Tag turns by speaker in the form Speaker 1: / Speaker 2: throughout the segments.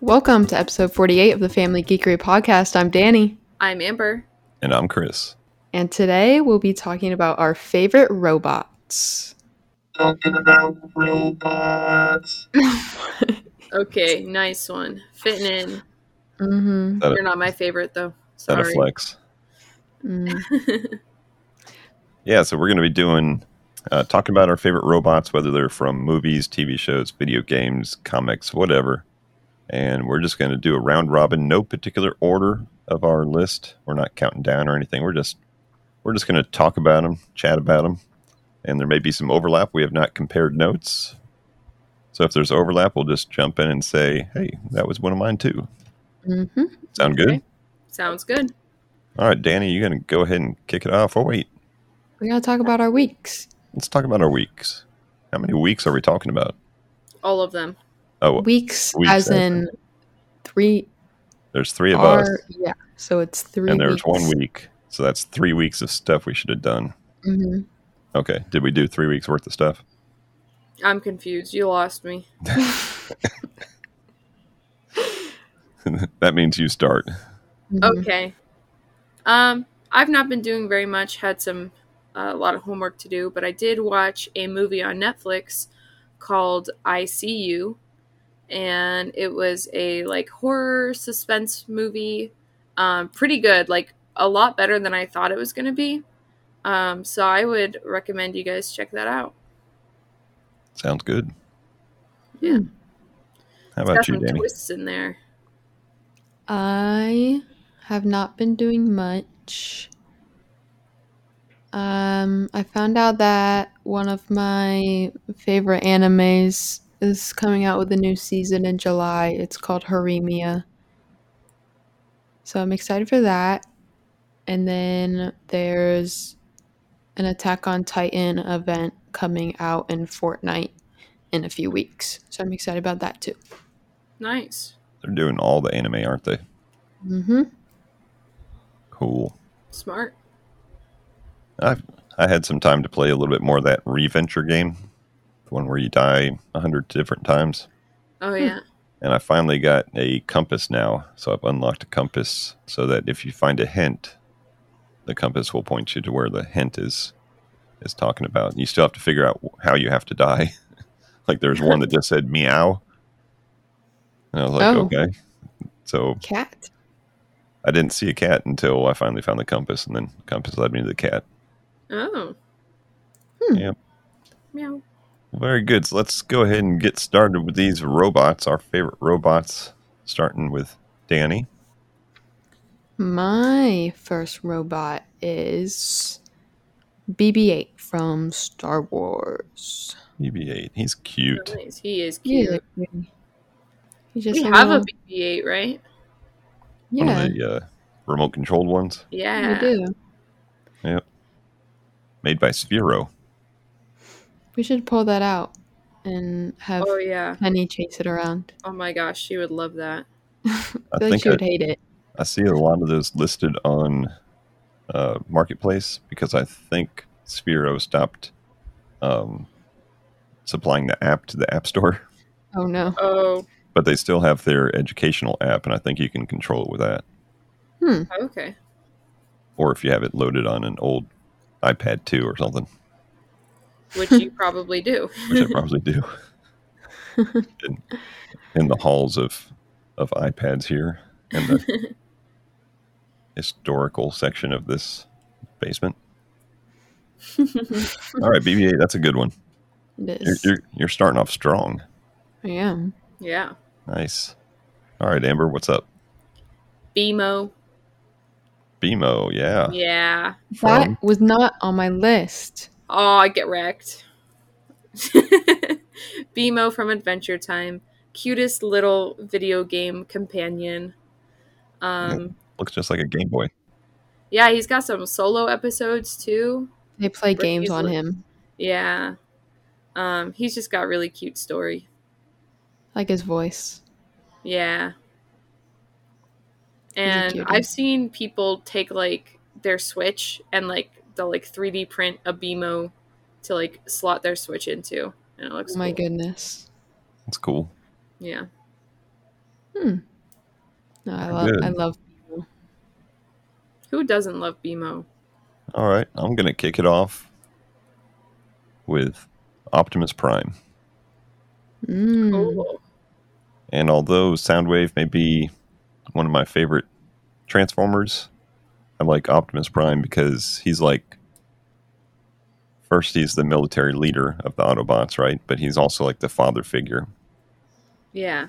Speaker 1: Welcome to episode 48 of the Family Geekery Podcast. I'm Danny,
Speaker 2: I'm Amber.
Speaker 3: And I'm Chris.
Speaker 1: and today we'll be talking about our favorite robots. Mm-hmm.
Speaker 2: Okay, nice one. Fitting in.
Speaker 1: hmm
Speaker 3: That-
Speaker 2: You're not my favorite though.
Speaker 3: Is that a
Speaker 2: Sorry.
Speaker 3: flex? Yeah, so we're going to be doing, uh, talking about our favorite robots, whether they're from movies, TV shows, video games, comics, whatever. And we're just going to do a round robin, no particular order of our list. We're not counting down or anything. We're just, we're just going to talk about them, chat about them, and there may be some overlap. We have not compared notes, so if there's overlap, we'll just jump in and say, "Hey, that was one of mine too."
Speaker 1: hmm
Speaker 3: Sound
Speaker 1: Okay.
Speaker 3: good?
Speaker 2: Sounds good.
Speaker 3: All right, Danny, you going to go ahead and kick it off. Oh wait,
Speaker 1: We gotta talk about our weeks.
Speaker 3: Let's talk about our weeks. How many weeks are we talking about?
Speaker 2: All of them.
Speaker 3: Oh,
Speaker 1: Weeks,
Speaker 3: Weeks,
Speaker 1: as
Speaker 3: I
Speaker 1: in three
Speaker 3: there's three of us,
Speaker 1: are yeah. So it's three.
Speaker 3: and there's
Speaker 1: weeks.
Speaker 3: one week. So that's three weeks of stuff we should have done.
Speaker 1: Mhm.
Speaker 3: Okay. Did we do three weeks worth of stuff?
Speaker 2: I'm confused. You lost me.
Speaker 3: that means you start. Mm-hmm.
Speaker 1: Mhm.
Speaker 2: Okay. Um, I've not been doing very much. Had some uh, a lot of homework to do, but I did watch a movie on Netflix called I See You, and it was a like horror suspense movie. Um, pretty good. Like a lot better than I thought it was going to be. Um, so I would recommend you guys check that out.
Speaker 3: Sounds good.
Speaker 2: Yeah.
Speaker 3: How
Speaker 2: It's got
Speaker 3: about you,
Speaker 2: some
Speaker 3: Danny?
Speaker 2: twists in there.
Speaker 1: I have not been doing much. Um, I found out that one of my favorite animes is coming out with a new season in July. It's called Haremia. So I'm excited for that. And then there's an Attack on Titan event coming out in Fortnite in a few weeks. So I'm excited about that too.
Speaker 2: Nice.
Speaker 3: They're doing all the anime, aren't they?
Speaker 1: Mm-hmm.
Speaker 3: Cool.
Speaker 2: Smart.
Speaker 3: I've I had some time to play a little bit more of that reventure game, the one where you die a hundred different times.
Speaker 2: Oh
Speaker 3: Hmm.
Speaker 2: yeah.
Speaker 3: and I finally got a compass now. So I've unlocked a compass so that if you find a hint, the compass will point you to where the hint is is talking about. And you still have to figure out how you have to die. like there's one that just said meow, and I was like,
Speaker 1: Oh.
Speaker 3: okay. So
Speaker 1: Cat.
Speaker 3: I didn't see a cat until I finally found the compass, and then the compass led me to the cat.
Speaker 2: Oh.
Speaker 1: Hmm.
Speaker 3: Yep.
Speaker 2: Meow.
Speaker 3: Very good. So let's go ahead and get started with these robots, our favorite robots, starting with Danny.
Speaker 1: My first robot is BB 8 from Star Wars.
Speaker 3: BB-8. He's cute.
Speaker 2: Nice. He is
Speaker 1: He
Speaker 2: cute.
Speaker 1: is a cutie. He's just
Speaker 2: We have
Speaker 1: little-
Speaker 2: a BB-8, right?
Speaker 1: yeah,
Speaker 3: One of the uh, remote controlled ones
Speaker 1: we
Speaker 2: Yeah.
Speaker 1: do.
Speaker 3: made by Sphero.
Speaker 1: We should pull that out and have
Speaker 2: Oh yeah.
Speaker 1: Penny chase it around.
Speaker 2: Oh my gosh, she would love that.
Speaker 1: I
Speaker 3: I
Speaker 1: feel like
Speaker 3: think
Speaker 1: she
Speaker 3: I,
Speaker 1: would hate it.
Speaker 3: I see a lot of those listed on uh, Marketplace because I think Sphero stopped um, supplying the app to the App Store,
Speaker 1: Oh no.
Speaker 2: Oh,
Speaker 3: but they still have their educational app, and I think you can control it with that.
Speaker 2: okay.
Speaker 3: Or if you have it loaded on an old iPad 2 or something,
Speaker 2: Which you probably do.
Speaker 3: which I probably do. in, in the halls of, of iPads here and the historical section of this basement. All right, BB 8, that's a good one.
Speaker 1: It
Speaker 3: You're,
Speaker 1: is.
Speaker 3: you're, you're starting off strong.
Speaker 1: I am.
Speaker 2: yeah.
Speaker 3: Nice. All right, Amber, what's up?
Speaker 2: BMO.
Speaker 3: BMO, yeah.
Speaker 2: Yeah.
Speaker 3: From-
Speaker 1: That was not on my list.
Speaker 2: Oh, I get wrecked. BMO from Adventure Time. Cutest little video game companion. Um,
Speaker 3: Looks just like a Game Boy.
Speaker 2: yeah, he's got some solo episodes too.
Speaker 1: They play
Speaker 2: Rick
Speaker 1: games on
Speaker 2: Beasley.
Speaker 1: him,
Speaker 2: Yeah. Um, he's just got a really cute story.
Speaker 1: like his voice. Oh
Speaker 2: Yeah.
Speaker 1: a
Speaker 2: And
Speaker 1: cutie.
Speaker 2: I've seen people take like their Switch and like they'll like 3D print a BMO to like slot their Switch into. And it looks
Speaker 1: Oh my
Speaker 2: cool.
Speaker 1: goodness.
Speaker 3: That's cool.
Speaker 2: Yeah.
Speaker 1: No, I
Speaker 3: Very
Speaker 1: love I
Speaker 3: good.
Speaker 1: love
Speaker 2: Who doesn't love BMO?
Speaker 3: All right, I'm going to kick it off with Optimus Prime.
Speaker 1: mm,
Speaker 2: Oh,
Speaker 3: And although Soundwave may be one of my favorite Transformers, I like Optimus Prime because he's like first he's the military leader of the Autobots, right? But he's also like the father figure.
Speaker 2: yeah.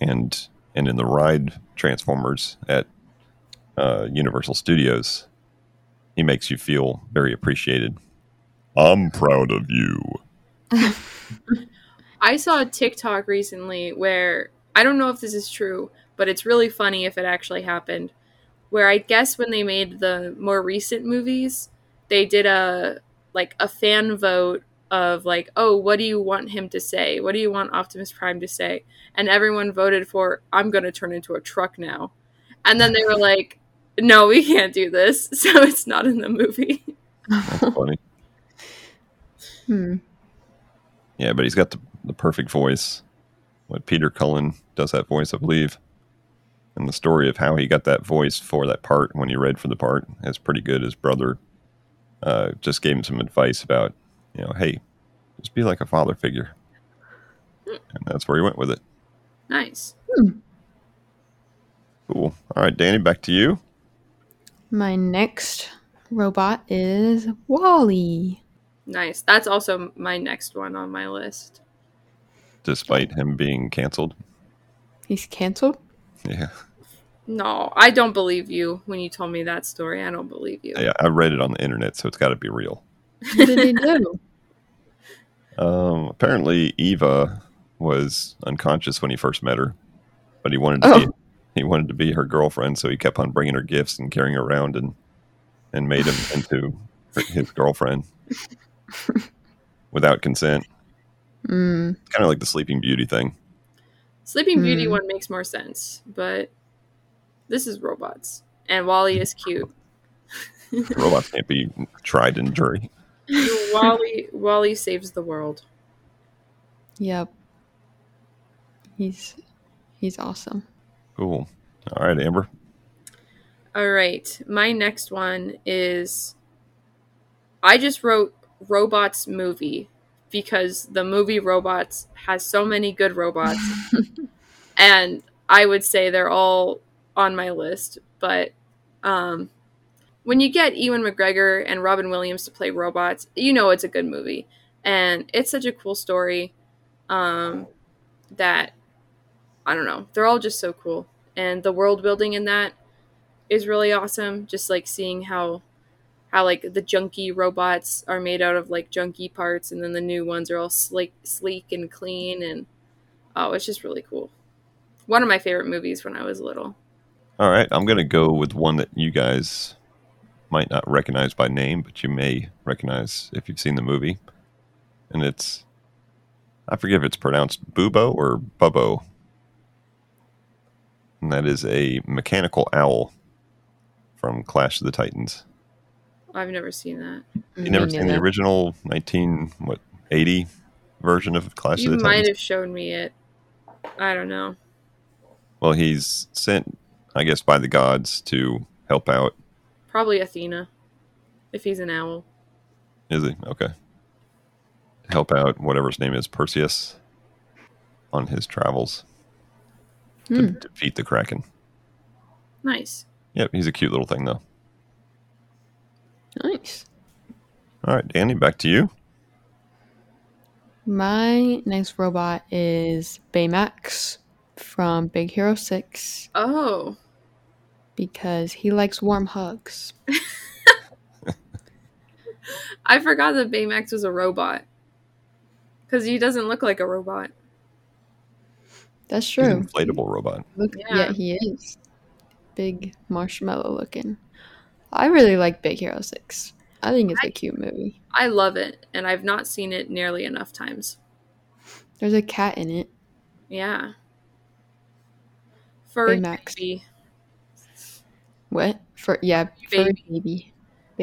Speaker 3: And and in the ride Transformers at uh, Universal Studios, he makes you feel very appreciated. I'm proud of you.
Speaker 1: Mm.
Speaker 2: I saw a TikTok recently where I don't know if this is true, but it's really funny if it actually happened. Where I guess when they made the more recent movies, they did a like a fan vote of like, oh, what do you want him to say? What do you want Optimus Prime to say? And everyone voted for I'm gonna turn into a truck now. And then they were like, No, we can't do this, so it's not in the movie.
Speaker 3: That's funny.
Speaker 1: hmm.
Speaker 3: Yeah, but he's got the, the perfect voice. What Peter Cullen does that voice, I believe. And the story of how he got that voice for that part when he read for the part is pretty good. His brother uh, just gave him some advice about, you know, hey, just be like a father figure. And that's where he went with it.
Speaker 2: Nice.
Speaker 3: Cool. All right, Danny, back to you.
Speaker 1: My next robot is Wally.
Speaker 2: Nice. That's also my next one on my list.
Speaker 3: Despite him being canceled.
Speaker 1: He's canceled.
Speaker 3: Yeah.
Speaker 2: No, I don't believe you when you told me that story. I don't believe you.
Speaker 3: yeah. I read it on the internet, so it's got to be real.
Speaker 1: What did he do?
Speaker 3: Um, apparently Eva was unconscious when he first met her, but he wanted to
Speaker 1: Oh.
Speaker 3: be, he wanted to be her girlfriend, so he kept on bringing her gifts and carrying her around and and made him into her- his girlfriend without consent.
Speaker 1: Mm,
Speaker 3: Kind of like the Sleeping Beauty thing.
Speaker 2: Sleeping Beauty
Speaker 1: Hmm.
Speaker 2: one makes more sense, but this is robots. And Wally is cute.
Speaker 3: Robots can't be tried in jury.
Speaker 2: Wally Wally saves the world.
Speaker 1: yep. He's he's awesome.
Speaker 3: Cool. All right, Amber.
Speaker 2: All right. My next one is I just wrote Robots movie because the movie Robots has so many good robots and I would say they're all on my list. But um, when you get Ewan McGregor and Robin Williams to play robots, you know it's a good movie, and it's such a cool story um, that I don't know. They're all just so cool, and the world building in that is really awesome. Just like seeing how how like the junky robots are made out of like junky parts and then the new ones are all sleek sleek and clean and oh it's just really cool one of my favorite movies when I was little.
Speaker 3: All right, I'm gonna go with one that you guys might not recognize by name, but you may recognize if you've seen the movie. And it's I forget if it's pronounced Bubo or Bubbo. And that is a mechanical owl from Clash of the Titans.
Speaker 2: I've never seen Mm, that.
Speaker 3: You never
Speaker 1: Me
Speaker 3: seen the
Speaker 1: neither.
Speaker 3: original nineteen what eighty version of Clash
Speaker 2: you
Speaker 3: of the
Speaker 2: might
Speaker 3: Titans?
Speaker 2: have shown me it. I don't know.
Speaker 3: Well, he's sent, I guess, by the gods to help out.
Speaker 2: Probably Athena, if he's an owl.
Speaker 3: Is he? Okay. To help out whatever his name is, Perseus, on his travels to
Speaker 1: Hmm.
Speaker 3: defeat the Kraken.
Speaker 2: Nice.
Speaker 3: Yep, he's a cute little thing, though.
Speaker 1: Nice.
Speaker 3: All right, Danny, back to you.
Speaker 1: My next robot is Baymax from Big Hero 6
Speaker 2: Oh,
Speaker 1: because he likes warm hugs.
Speaker 2: I forgot that Baymax was a robot. Because he doesn't look like a robot.
Speaker 1: That's
Speaker 3: He's an
Speaker 1: true.
Speaker 3: inflatable robot.
Speaker 1: Look,
Speaker 2: Yeah.
Speaker 1: yeah. he is. Big marshmallow looking. I really like Big Hero 6. I think it's a cute movie.
Speaker 2: I love it, and I've not seen it nearly enough times.
Speaker 1: There's a cat in it.
Speaker 2: Yeah. Furry
Speaker 1: Baymax.
Speaker 2: baby.
Speaker 1: What? For yeah, furry
Speaker 2: Baby.
Speaker 1: baby.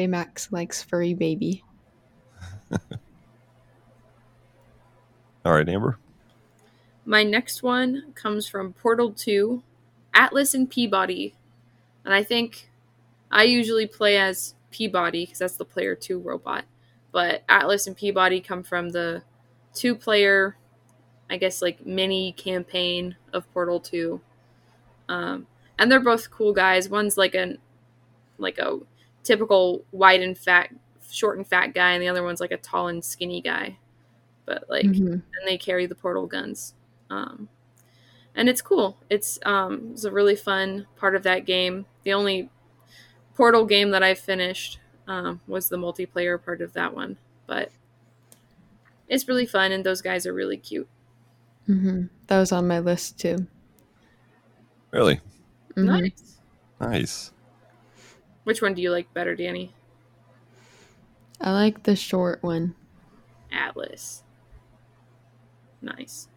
Speaker 1: Baymax likes furry baby.
Speaker 3: All right, Amber.
Speaker 2: My next one comes from Portal 2, Atlas and Peabody. And I think I usually play as Peabody because that's the player 2 robot. But Atlas and Peabody come from the two player, I guess, like mini campaign of Portal 2. Um, and they're both cool guys. One's like an like a typical wide and fat, short and fat guy, and the other one's like a tall and skinny guy. But like,
Speaker 1: Mhm.
Speaker 2: and they carry the portal guns. Um, and it's cool. It's um, it's a really fun part of that game. The only portal game that I finished um, was the multiplayer part of that one, but it's really fun, and those guys are really cute.
Speaker 1: hmm That was on my list too.
Speaker 3: Really
Speaker 1: Mhm.
Speaker 2: Nice.
Speaker 3: nice.
Speaker 2: Which one do you like better, Danny?
Speaker 1: I like the short one.
Speaker 2: Atlas. Nice.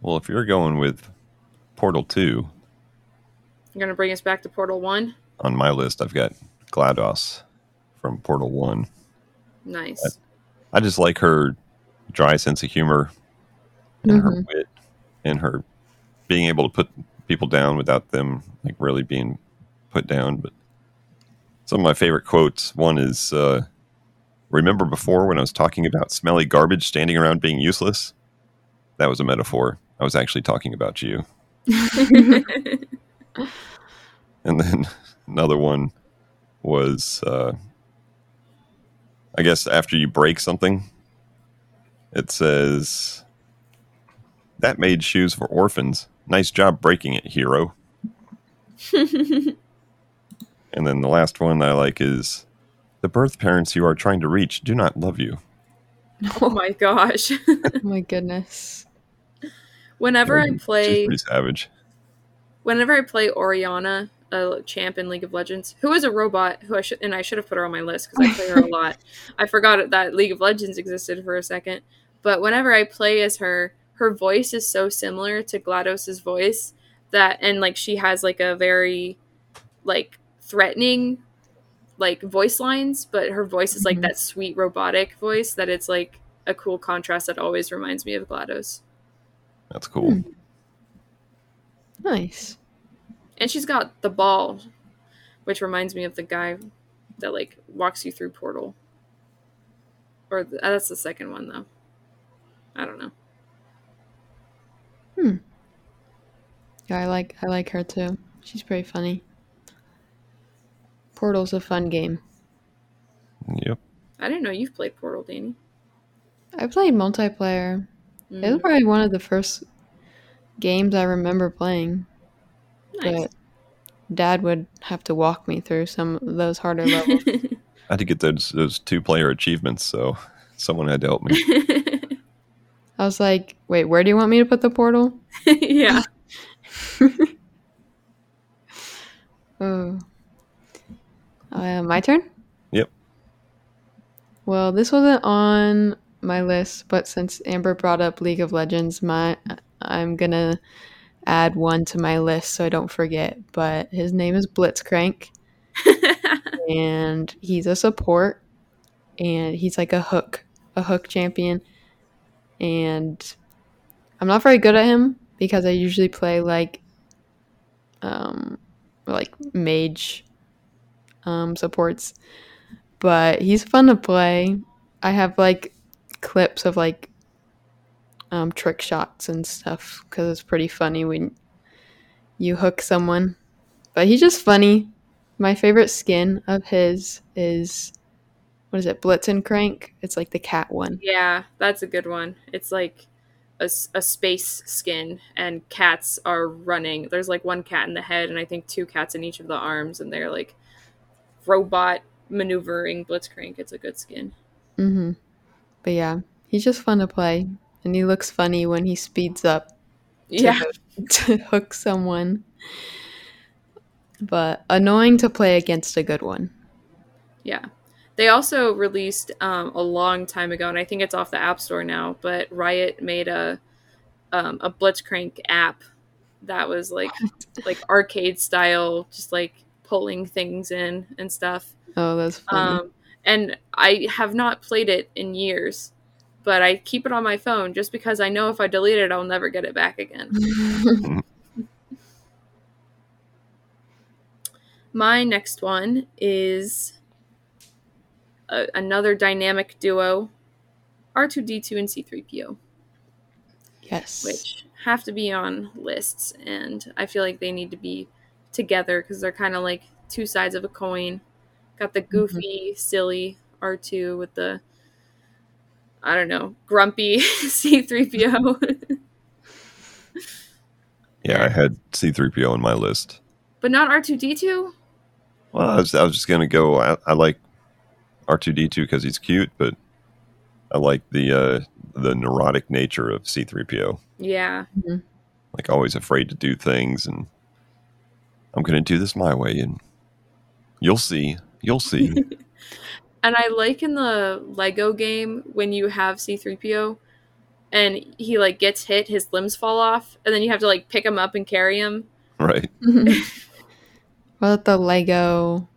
Speaker 3: Well, if you're going with Portal Two
Speaker 2: You're gonna bring us back to Portal One.
Speaker 3: on my list, I've got Glados from Portal One.
Speaker 2: Nice.
Speaker 3: I just like her dry sense of humor
Speaker 2: Uh-huh.
Speaker 3: and
Speaker 1: Mm-hmm.
Speaker 3: her wit and her being able to put people down without them like really being put down. But some of my favorite quotes. One is, uh, "Remember before when I was talking about smelly garbage standing around being useless? That was a metaphor. I was actually talking about you."
Speaker 1: Mhm.
Speaker 3: And then another one was, uh, I guess, after you break something, it says, That made shoes for orphans. Nice job breaking it, hero. And then the last one I like is, The birth parents you are trying to reach do not love you.
Speaker 2: oh my gosh.
Speaker 1: oh my goodness.
Speaker 2: Whenever I
Speaker 3: She's
Speaker 2: play
Speaker 3: pretty savage.
Speaker 2: whenever I play Oriana, a champ in League of Legends, who is a robot, who I should and I should have put her on my list because I play her a lot. I forgot that League of Legends existed for a second, but whenever I play as her, her voice is so similar to Glados's voice that, and like she has like a very like threatening like voice lines, but her voice is like
Speaker 1: Mhm.
Speaker 2: that sweet robotic voice that it's like a cool contrast that always reminds me of Glados.
Speaker 3: That's cool.
Speaker 1: Hmm. Nice.
Speaker 2: And she's got the ball, which reminds me of the guy that like walks you through portal. Or th- uh, that's the second one though. I don't know.
Speaker 1: Yeah, I like I like her too. She's pretty funny. Portal's a fun game.
Speaker 3: Yep.
Speaker 2: I didn't know you've played Portal, Danny.
Speaker 1: I played multiplayer. It was
Speaker 2: Mm,
Speaker 1: probably one of the first games I remember playing.
Speaker 2: nice.
Speaker 1: But Dad would have to walk me through some of those harder levels.
Speaker 3: I had to get those, those two player achievements, so someone had to help me.
Speaker 1: I was like, "Wait, where do you want me to put the portal?"
Speaker 2: yeah.
Speaker 1: Oh, uh, my turn.
Speaker 3: Yep.
Speaker 1: Well, this wasn't on my list, but since Amber brought up League of Legends, my I'm gonna add one to my list so I don't forget. But his name is Blitzcrank, and he's a support, and he's like a hook, a hook champion, and I'm not very good at him because I usually play like, um, like mage, um, supports, but he's fun to play. I have like clips of like um, trick shots and stuff because it's pretty funny when you hook someone. But he's just funny. My favorite skin of his is what is it, Blitz and Crank? It's like the cat one.
Speaker 2: yeah, that's a good one. It's like a, s- a space skin and cats are running. There's like one cat in the head and I think two cats in each of the arms and they're like robot maneuvering blitzcrank. It's a good skin.
Speaker 1: Mm-hmm. But yeah, he's just fun to play, and he looks funny when he speeds up to,
Speaker 2: Yeah.
Speaker 1: to hook someone. But annoying to play against a good one.
Speaker 2: Yeah. They also released um, a long time ago, and I think it's off the App Store now, but Riot made a um, a Blitzcrank app that was like like arcade style, just like pulling things in and stuff.
Speaker 1: Oh, that's funny.
Speaker 2: Um, and I have not played it in years, but I keep it on my phone just because I know if I delete it, I'll never get it back again. Um, My next one is a, another dynamic duo, R2D2 and C3PO,
Speaker 1: yes.
Speaker 2: which have to be on lists, and I feel like they need to be together because they're kind of like two sides of a coin. Got the goofy, silly R2 with the I don't know, grumpy C3PO,
Speaker 3: Yeah, I had C3PO on my list.
Speaker 2: but not R2D2.
Speaker 3: Well, I was, I was just going to go. I, I like R2D2 because he's cute, but I like the uh, the neurotic nature of C3PO.
Speaker 2: Yeah.
Speaker 3: Like always afraid to do things, and I'm going to do this my way, and you'll see, you'll see.
Speaker 2: And I like in the Lego game when you have C3PO and he like gets hit, his limbs fall off, and then you have to like pick him up and carry him.
Speaker 3: right?
Speaker 1: What about the Lego,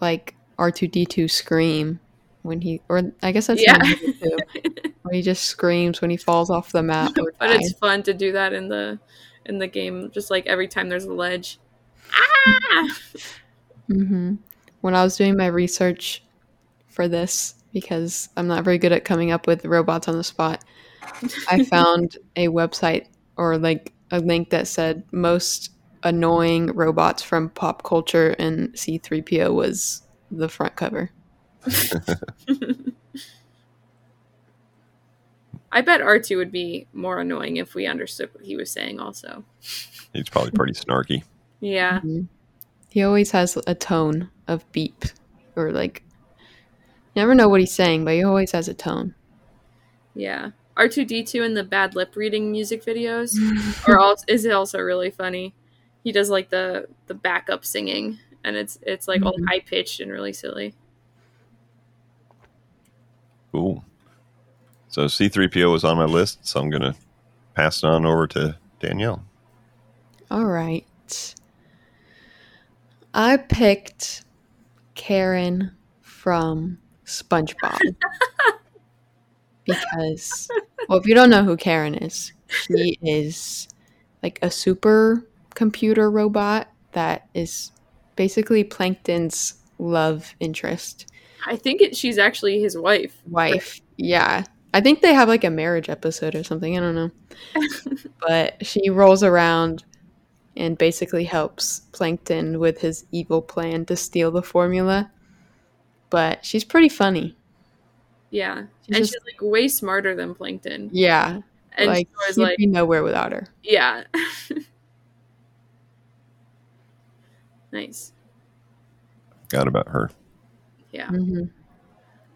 Speaker 1: like R two D two scream when he, or I guess that's
Speaker 2: Yeah.
Speaker 1: in Lego too, when he just screams when he falls off the map. Or
Speaker 2: But it's
Speaker 1: dies.
Speaker 2: fun to do that in the in the game just like every time there's a ledge. Ah!
Speaker 1: hmm When I was doing my research for this, because I'm not very good at coming up with robots on the spot, I found a website or like a link that said most annoying robots from pop culture, and C3PO was the front cover.
Speaker 2: I bet R2 would be more annoying if we understood what he was saying also.
Speaker 3: He's probably pretty snarky.
Speaker 2: Yeah.
Speaker 1: Mhm. He always has a tone of beep or like, you never know what he's saying, but he always has a tone.
Speaker 2: Yeah. R2D2 in the bad lip reading music videos or also, is it also really funny? He does like the the backup singing and it's it's like all
Speaker 1: Mhm.
Speaker 2: high pitched and really silly.
Speaker 3: Cool. So C3PO was on my list, so I'm going to pass it on over to Danielle.
Speaker 1: All right. I picked Karen from SpongeBob. because, well, if you don't know who Karen is, she is like a super computer robot that is basically Plankton's love interest
Speaker 2: I think it, she's actually his wife.
Speaker 1: wife. Yeah. I think they have like a marriage episode or something. I don't know. but she rolls around and basically helps Plankton with his evil plan to steal the formula. But she's pretty funny.
Speaker 2: Yeah.
Speaker 1: She's
Speaker 2: and
Speaker 1: just-
Speaker 2: she's like way smarter than Plankton.
Speaker 1: yeah.
Speaker 2: And
Speaker 1: like,
Speaker 2: she was
Speaker 1: he'd
Speaker 2: like,
Speaker 1: be nowhere without her.
Speaker 2: yeah. nice.
Speaker 3: Forgot about her.
Speaker 2: Yeah.
Speaker 1: hmm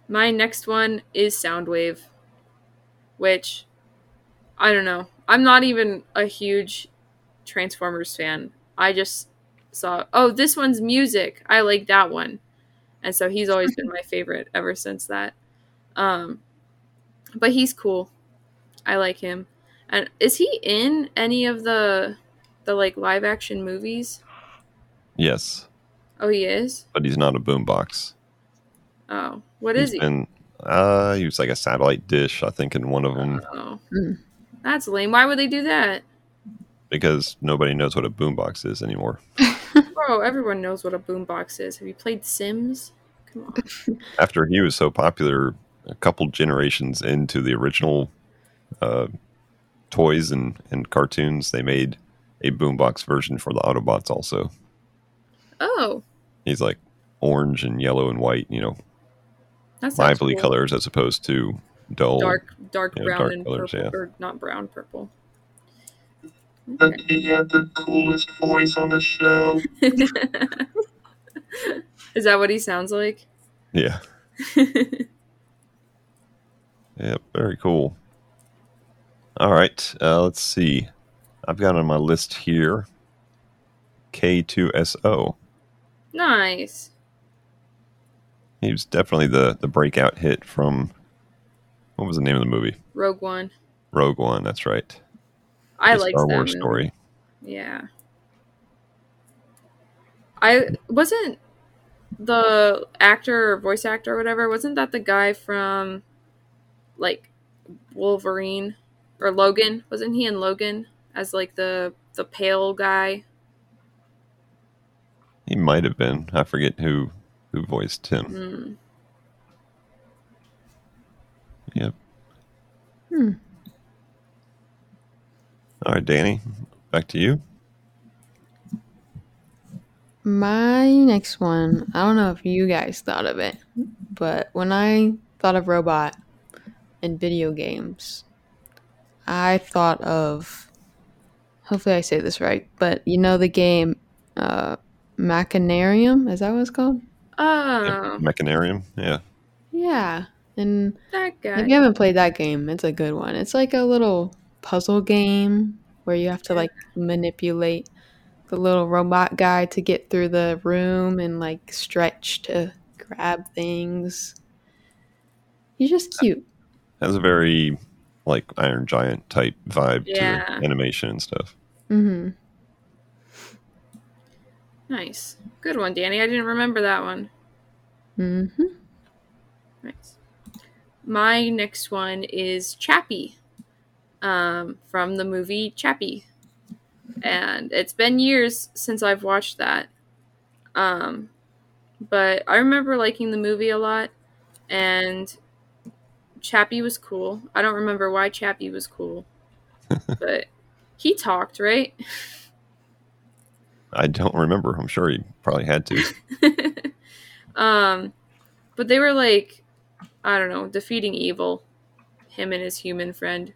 Speaker 2: My next one is Soundwave, which I don't know. I'm not even a huge Transformers fan. I just saw, oh, this one's music. I like that one. And so he's always been my favorite ever since that. Um, but he's cool. I like him. And is he in any of the the like live action movies?
Speaker 3: Yes,
Speaker 2: Oh, he is.
Speaker 3: but he's not a boombox.
Speaker 2: Oh, what is
Speaker 3: He's
Speaker 2: he?
Speaker 3: been- uh, he was like a satellite dish, I think, in one of them
Speaker 2: Oh,
Speaker 1: Mm.
Speaker 2: that's lame. Why would they do that?
Speaker 3: because nobody knows what a boombox is anymore.
Speaker 2: Bro, Oh, everyone knows what a boombox is. Have you played Sims? Come on.
Speaker 3: After he was so popular, a couple generations into the original uh, toys and, and cartoons, they made a boombox version for the Autobots also.
Speaker 2: Oh,
Speaker 3: He's like orange and yellow and white, you know,
Speaker 2: that's
Speaker 3: lively colors as opposed to dull.
Speaker 2: Dark, dark
Speaker 3: Yeah,
Speaker 2: brown
Speaker 3: dark
Speaker 2: and
Speaker 3: colors,
Speaker 2: purple,
Speaker 3: yeah.
Speaker 2: or not brown, purple.
Speaker 4: that he had the coolest voice on the show.
Speaker 2: is that what he sounds like?
Speaker 3: Yeah. Yeah, very cool. All right, uh, let's see. I've got on my list here K2SO.
Speaker 2: nice.
Speaker 3: He was definitely the, the breakout hit from what was the name of the movie?
Speaker 2: Rogue One.
Speaker 3: Rogue One, that's right.
Speaker 2: I
Speaker 3: The
Speaker 2: like
Speaker 3: Star
Speaker 2: that
Speaker 3: Wars
Speaker 2: movie.
Speaker 3: story.
Speaker 2: Yeah. I wasn't the actor or voice actor or whatever, wasn't that the guy from like Wolverine or Logan. Wasn't he in Logan as like the the pale guy?
Speaker 3: He might have been. I forget who who voiced him.
Speaker 2: Mm.
Speaker 3: Yep.
Speaker 1: Hmm.
Speaker 3: All right, Danny, back to you.
Speaker 1: My next one, I don't know if you guys thought of it, but when I thought of robot and video games, I thought of. Hopefully, I say this right, but you know the game uh, Machinarium? Is that what it's called?
Speaker 2: Oh,
Speaker 3: Mechanarium. Yeah.
Speaker 1: Yeah. And
Speaker 2: that guy.
Speaker 1: if you haven't played that game, it's a good one. It's like a little puzzle game where you have to like manipulate the little robot guy to get through the room and like stretch to grab things. He's just cute.
Speaker 3: Has a very like Iron Giant type vibe to
Speaker 2: Yeah.
Speaker 3: it, animation and stuff.
Speaker 1: Mm-hmm.
Speaker 2: Nice. Good one, Danny. I didn't remember that one.
Speaker 1: Mm-hmm.
Speaker 2: Nice. My next one is Chappie um, from the movie Chappie. And it's been years since I've watched that. Um, but I remember liking the movie a lot. And Chappie was cool. I don't remember why Chappie was cool. but he talked, right?
Speaker 3: I don't remember. I'm sure he probably had to.
Speaker 2: um, but they were like, I don't know, defeating evil, him and his human friend,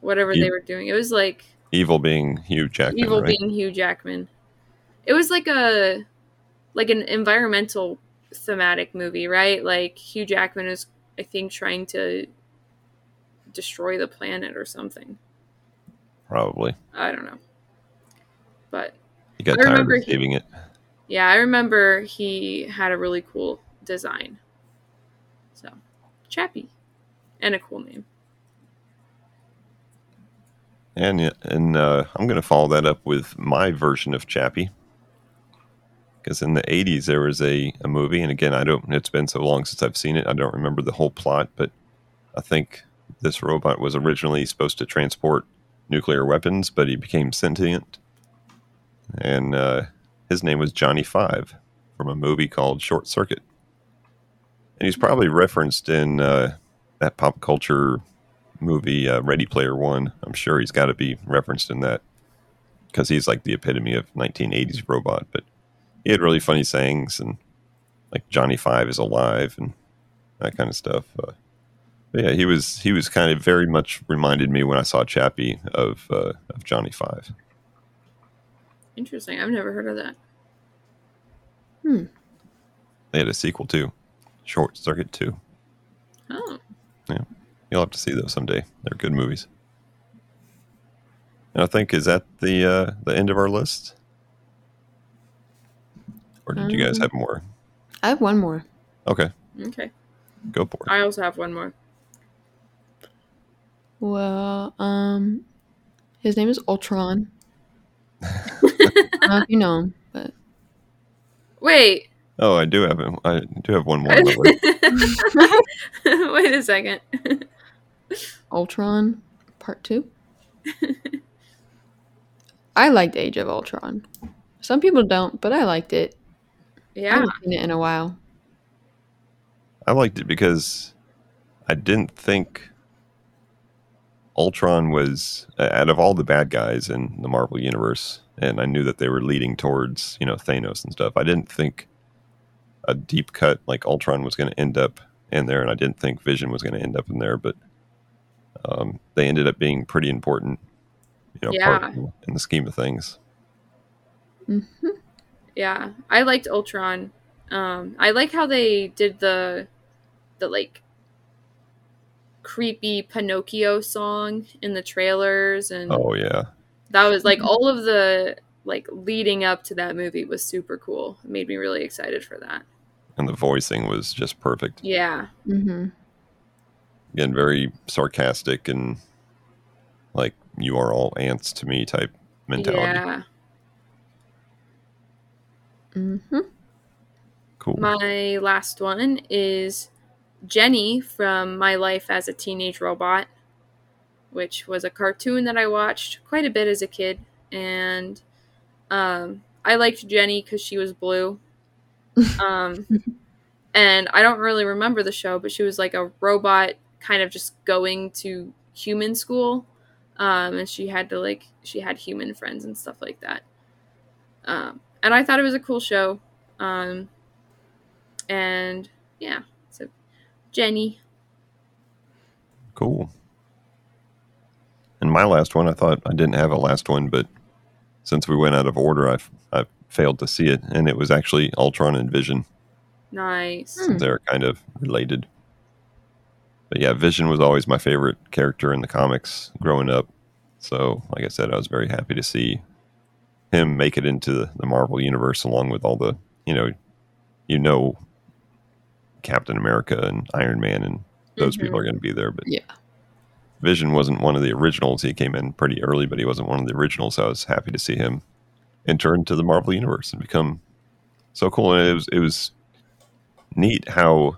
Speaker 2: whatever
Speaker 3: Ye-
Speaker 2: they were doing. It was like
Speaker 3: Evil being Hugh Jackman,
Speaker 2: evil
Speaker 3: right?
Speaker 2: being Hugh Jackman. It was like a like an environmental thematic movie, right? Like Hugh Jackman is, I think, trying to destroy the planet or something.
Speaker 3: probably.
Speaker 2: I don't know, but
Speaker 3: He got
Speaker 2: I
Speaker 3: tired
Speaker 2: remember
Speaker 3: of
Speaker 2: he-
Speaker 3: saving it.
Speaker 2: Yeah, I remember he had a really cool design. So, Chappie. And a cool name.
Speaker 3: And and uh, I'm going to follow that up with my version of Chappie. Because in the 80s, there was a, a movie, and again, I don't. It's been so long since I've seen it, I don't remember the whole plot. But I think this robot was originally supposed to transport nuclear weapons, but he became sentient, and uh, his name was Johnny Five from a movie called Short Circuit. And he's probably referenced in uh, that pop culture movie uh, Ready Player One. I'm sure he's got to be referenced in that because he's like the epitome of 1980s robot. But he had really funny sayings and like Johnny Five is alive and that kind of stuff. Uh, but yeah, he was he was kind of very much reminded me when I saw Chappie of uh, of Johnny Five.
Speaker 2: Interesting. I've never heard of that.
Speaker 3: They had a sequel too, Short Circuit Two.
Speaker 2: Oh.
Speaker 3: You'll have to see those someday. They're good movies. And I think is that the uh, the end of our list, or did you guys
Speaker 1: Um,
Speaker 3: have more?
Speaker 1: I have one more.
Speaker 3: Okay,
Speaker 2: Okay.
Speaker 3: go for it.
Speaker 2: I also have one more.
Speaker 1: Well, um, his name is Ultron. I don't know if you know him, but
Speaker 2: Wait.
Speaker 3: Oh, I do have I do have one more. on my list.
Speaker 2: Wait a second.
Speaker 1: Ultron Part Two. I liked Age of Ultron. Some people don't, but I liked it. I
Speaker 2: Yeah.
Speaker 3: Oh.
Speaker 1: haven't seen it in a while.
Speaker 3: I liked it because I didn't think Ultron was uh, out of all the bad guys in the Marvel universe, and I knew that they were leading towards you know Thanos and stuff. I didn't think a deep cut like Ultron was going to end up in there, and I didn't think Vision was going to end up in there, but um, they ended up being pretty important, you know, part in the scheme of things.
Speaker 1: Mm-hmm.
Speaker 2: Yeah. I liked Ultron. Um, I like how they did the the like creepy Pinocchio song in the trailers and
Speaker 3: Oh yeah,
Speaker 2: that was like
Speaker 1: Mhm.
Speaker 2: all of the like leading up to that movie was super cool it made me really excited for that
Speaker 3: and the voicing was just perfect.
Speaker 2: yeah
Speaker 1: Mm-hmm.
Speaker 3: again very sarcastic and like you are all ants to me type mentality
Speaker 2: yeah
Speaker 1: Mm-hmm.
Speaker 3: cool
Speaker 2: my last one is Jenny from My Life as a Teenage Robot, which was a cartoon that I watched quite a bit as a kid. And um, I liked Jenny because she was blue. Um, and I don't really remember the show, but she was like a robot kind of just going to human school. Um, and she had to like, she had human friends and stuff like that. Um, and I thought it was a cool show. Um, and yeah, so Jenny.
Speaker 3: Cool. And my last one, I thought I didn't have a last one, but since we went out of order, I, I failed to see it. And it was actually Ultron and Vision.
Speaker 2: Nice.
Speaker 1: Hmm.
Speaker 3: They're kind of related. But yeah, Vision was always my favorite character in the comics growing up. So, like I said, I was very happy to see him make it into the, the Marvel universe along with all the, you know, you know, Captain America and Iron Man and those
Speaker 2: Mm-hmm.
Speaker 3: people are going to be there. But
Speaker 1: Yeah.
Speaker 3: Vision wasn't one of the originals. He came in pretty early, but he wasn't one of the originals. So I was happy to see him enter into the Marvel universe and become so cool. And it was it was neat how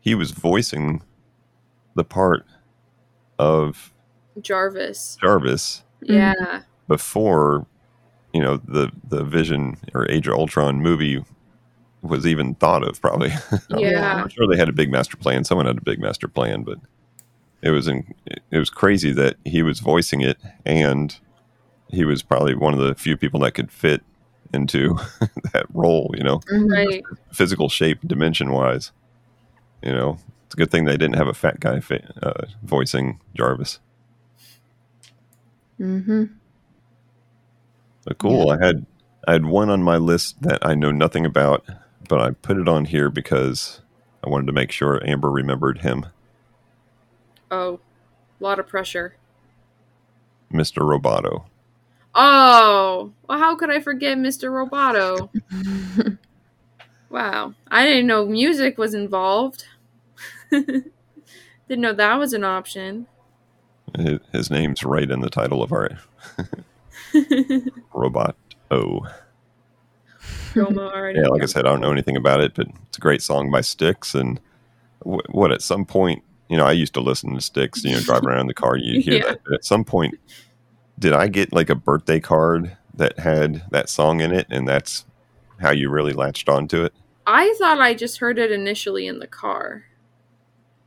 Speaker 3: he was voicing the part of
Speaker 2: Mm-hmm. Jarvis.
Speaker 3: Jarvis
Speaker 2: Yeah.
Speaker 3: before you know the the Vision or Age of Ultron movie was even thought of. Probably, I'm
Speaker 2: Yeah.
Speaker 3: I'm sure they had a big master plan. Someone had a big master plan, but it was in, it was crazy that he was voicing it, and he was probably one of the few people that could fit into that role. You know,
Speaker 2: Right.
Speaker 3: physical shape, dimension wise. You know, it's a good thing they didn't have a fat guy fa- uh, voicing Jarvis.
Speaker 1: Mm-hmm.
Speaker 3: But cool. I had I had one on my list that I know nothing about, but I put it on here because I wanted to make sure Amber remembered him,
Speaker 2: Oh, a lot of pressure.
Speaker 3: Mr. Roboto.
Speaker 2: Oh, well, how could I forget Mr. Roboto? Wow. I didn't know music was involved. didn't know that was an option.
Speaker 3: His, his name's right in the title of our robot. Oh,
Speaker 2: Roma already.
Speaker 3: yeah. Like I said, I don't know anything about it, but it's a great song by Styx. And w- what at some point, you know, I used to listen to Styx. You know, driving around in the car, you hear
Speaker 2: Yeah.
Speaker 3: that. But at some point, did I get like a birthday card that had that song in it, and that's how you really latched onto it?
Speaker 2: I thought I just heard it initially in the car.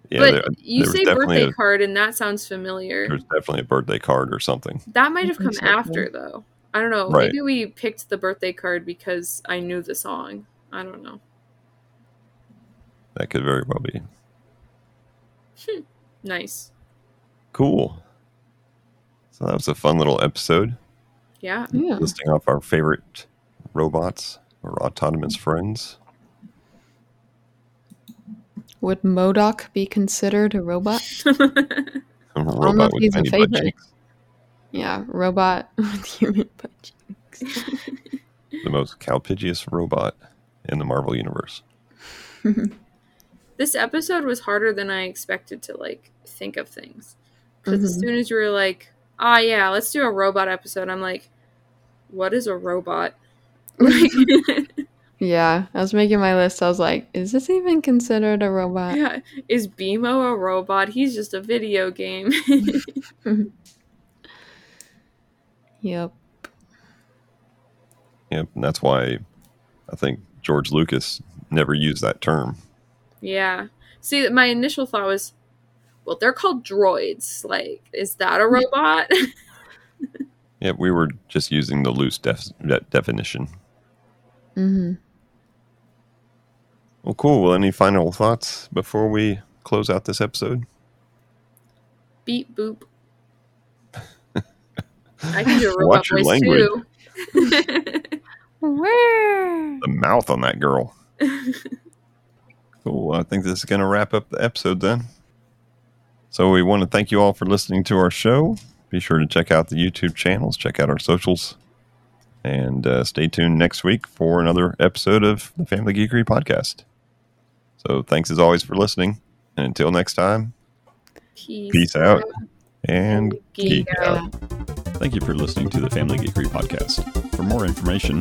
Speaker 3: Yeah,
Speaker 2: but
Speaker 3: there-
Speaker 2: you
Speaker 3: there was
Speaker 2: say
Speaker 3: definitely
Speaker 2: birthday
Speaker 3: a-
Speaker 2: card, and that sounds familiar.
Speaker 3: there's definitely a birthday card or something.
Speaker 2: That might have
Speaker 1: I
Speaker 2: come
Speaker 1: think so,
Speaker 2: after, though. I don't know.
Speaker 3: Right.
Speaker 2: Maybe we picked the birthday card because I knew the song. I don't know.
Speaker 3: That could very well be
Speaker 2: Nice.
Speaker 3: cool. So that was a fun little episode
Speaker 2: Yeah.
Speaker 1: Yeah.
Speaker 3: listing off our favorite robots or autonomous friends.
Speaker 1: Would Modoc be considered a robot?
Speaker 3: A
Speaker 1: know if
Speaker 3: robot with
Speaker 1: he's a
Speaker 3: tiny butt
Speaker 1: favorite.
Speaker 3: cheeks,
Speaker 1: Yeah, robot with human butt cheeks.
Speaker 3: the most calpigious robot in the Marvel universe.
Speaker 2: this episode was harder than I expected to like think of things. Because as
Speaker 1: Mhm.
Speaker 2: soon as you were like, "Ah, yeah, let's do a robot episode," I'm like, "What is a robot?" Like,
Speaker 1: Yeah, I was making my list. I was like, is this even considered a robot?
Speaker 2: yeah, is Bimo a robot? He's just a video game.
Speaker 1: Yep.
Speaker 3: Yep, and that's why I think George Lucas never used that term.
Speaker 2: yeah. See, my initial thought was, "Well, they're called droids. Like, is that a robot?"
Speaker 3: Yep, we were just using the loose def- de- definition.
Speaker 1: hmm
Speaker 3: Well, cool. Well, any final thoughts before we close out this episode?
Speaker 2: Beep boop. I can do a robot
Speaker 3: Watch your
Speaker 2: voice
Speaker 3: language.
Speaker 2: too.
Speaker 1: Where?
Speaker 3: the mouth on that girl. cool. I think this is going to wrap up the episode then. So we want to thank you all for listening to our show. Be sure to check out the YouTube channels, check out our socials, and uh, stay tuned next week for another episode of the Family Geekery podcast. So thanks as always for listening. And until next time,
Speaker 2: Peace.
Speaker 3: peace out and
Speaker 2: Geek
Speaker 3: geek out. Thank you for listening to the Family Geekery podcast. For more information,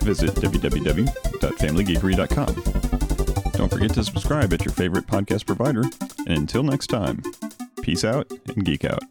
Speaker 3: visit www.familygeekery.com. Don't forget to subscribe at your favorite podcast provider. And until next time, peace out and geek out.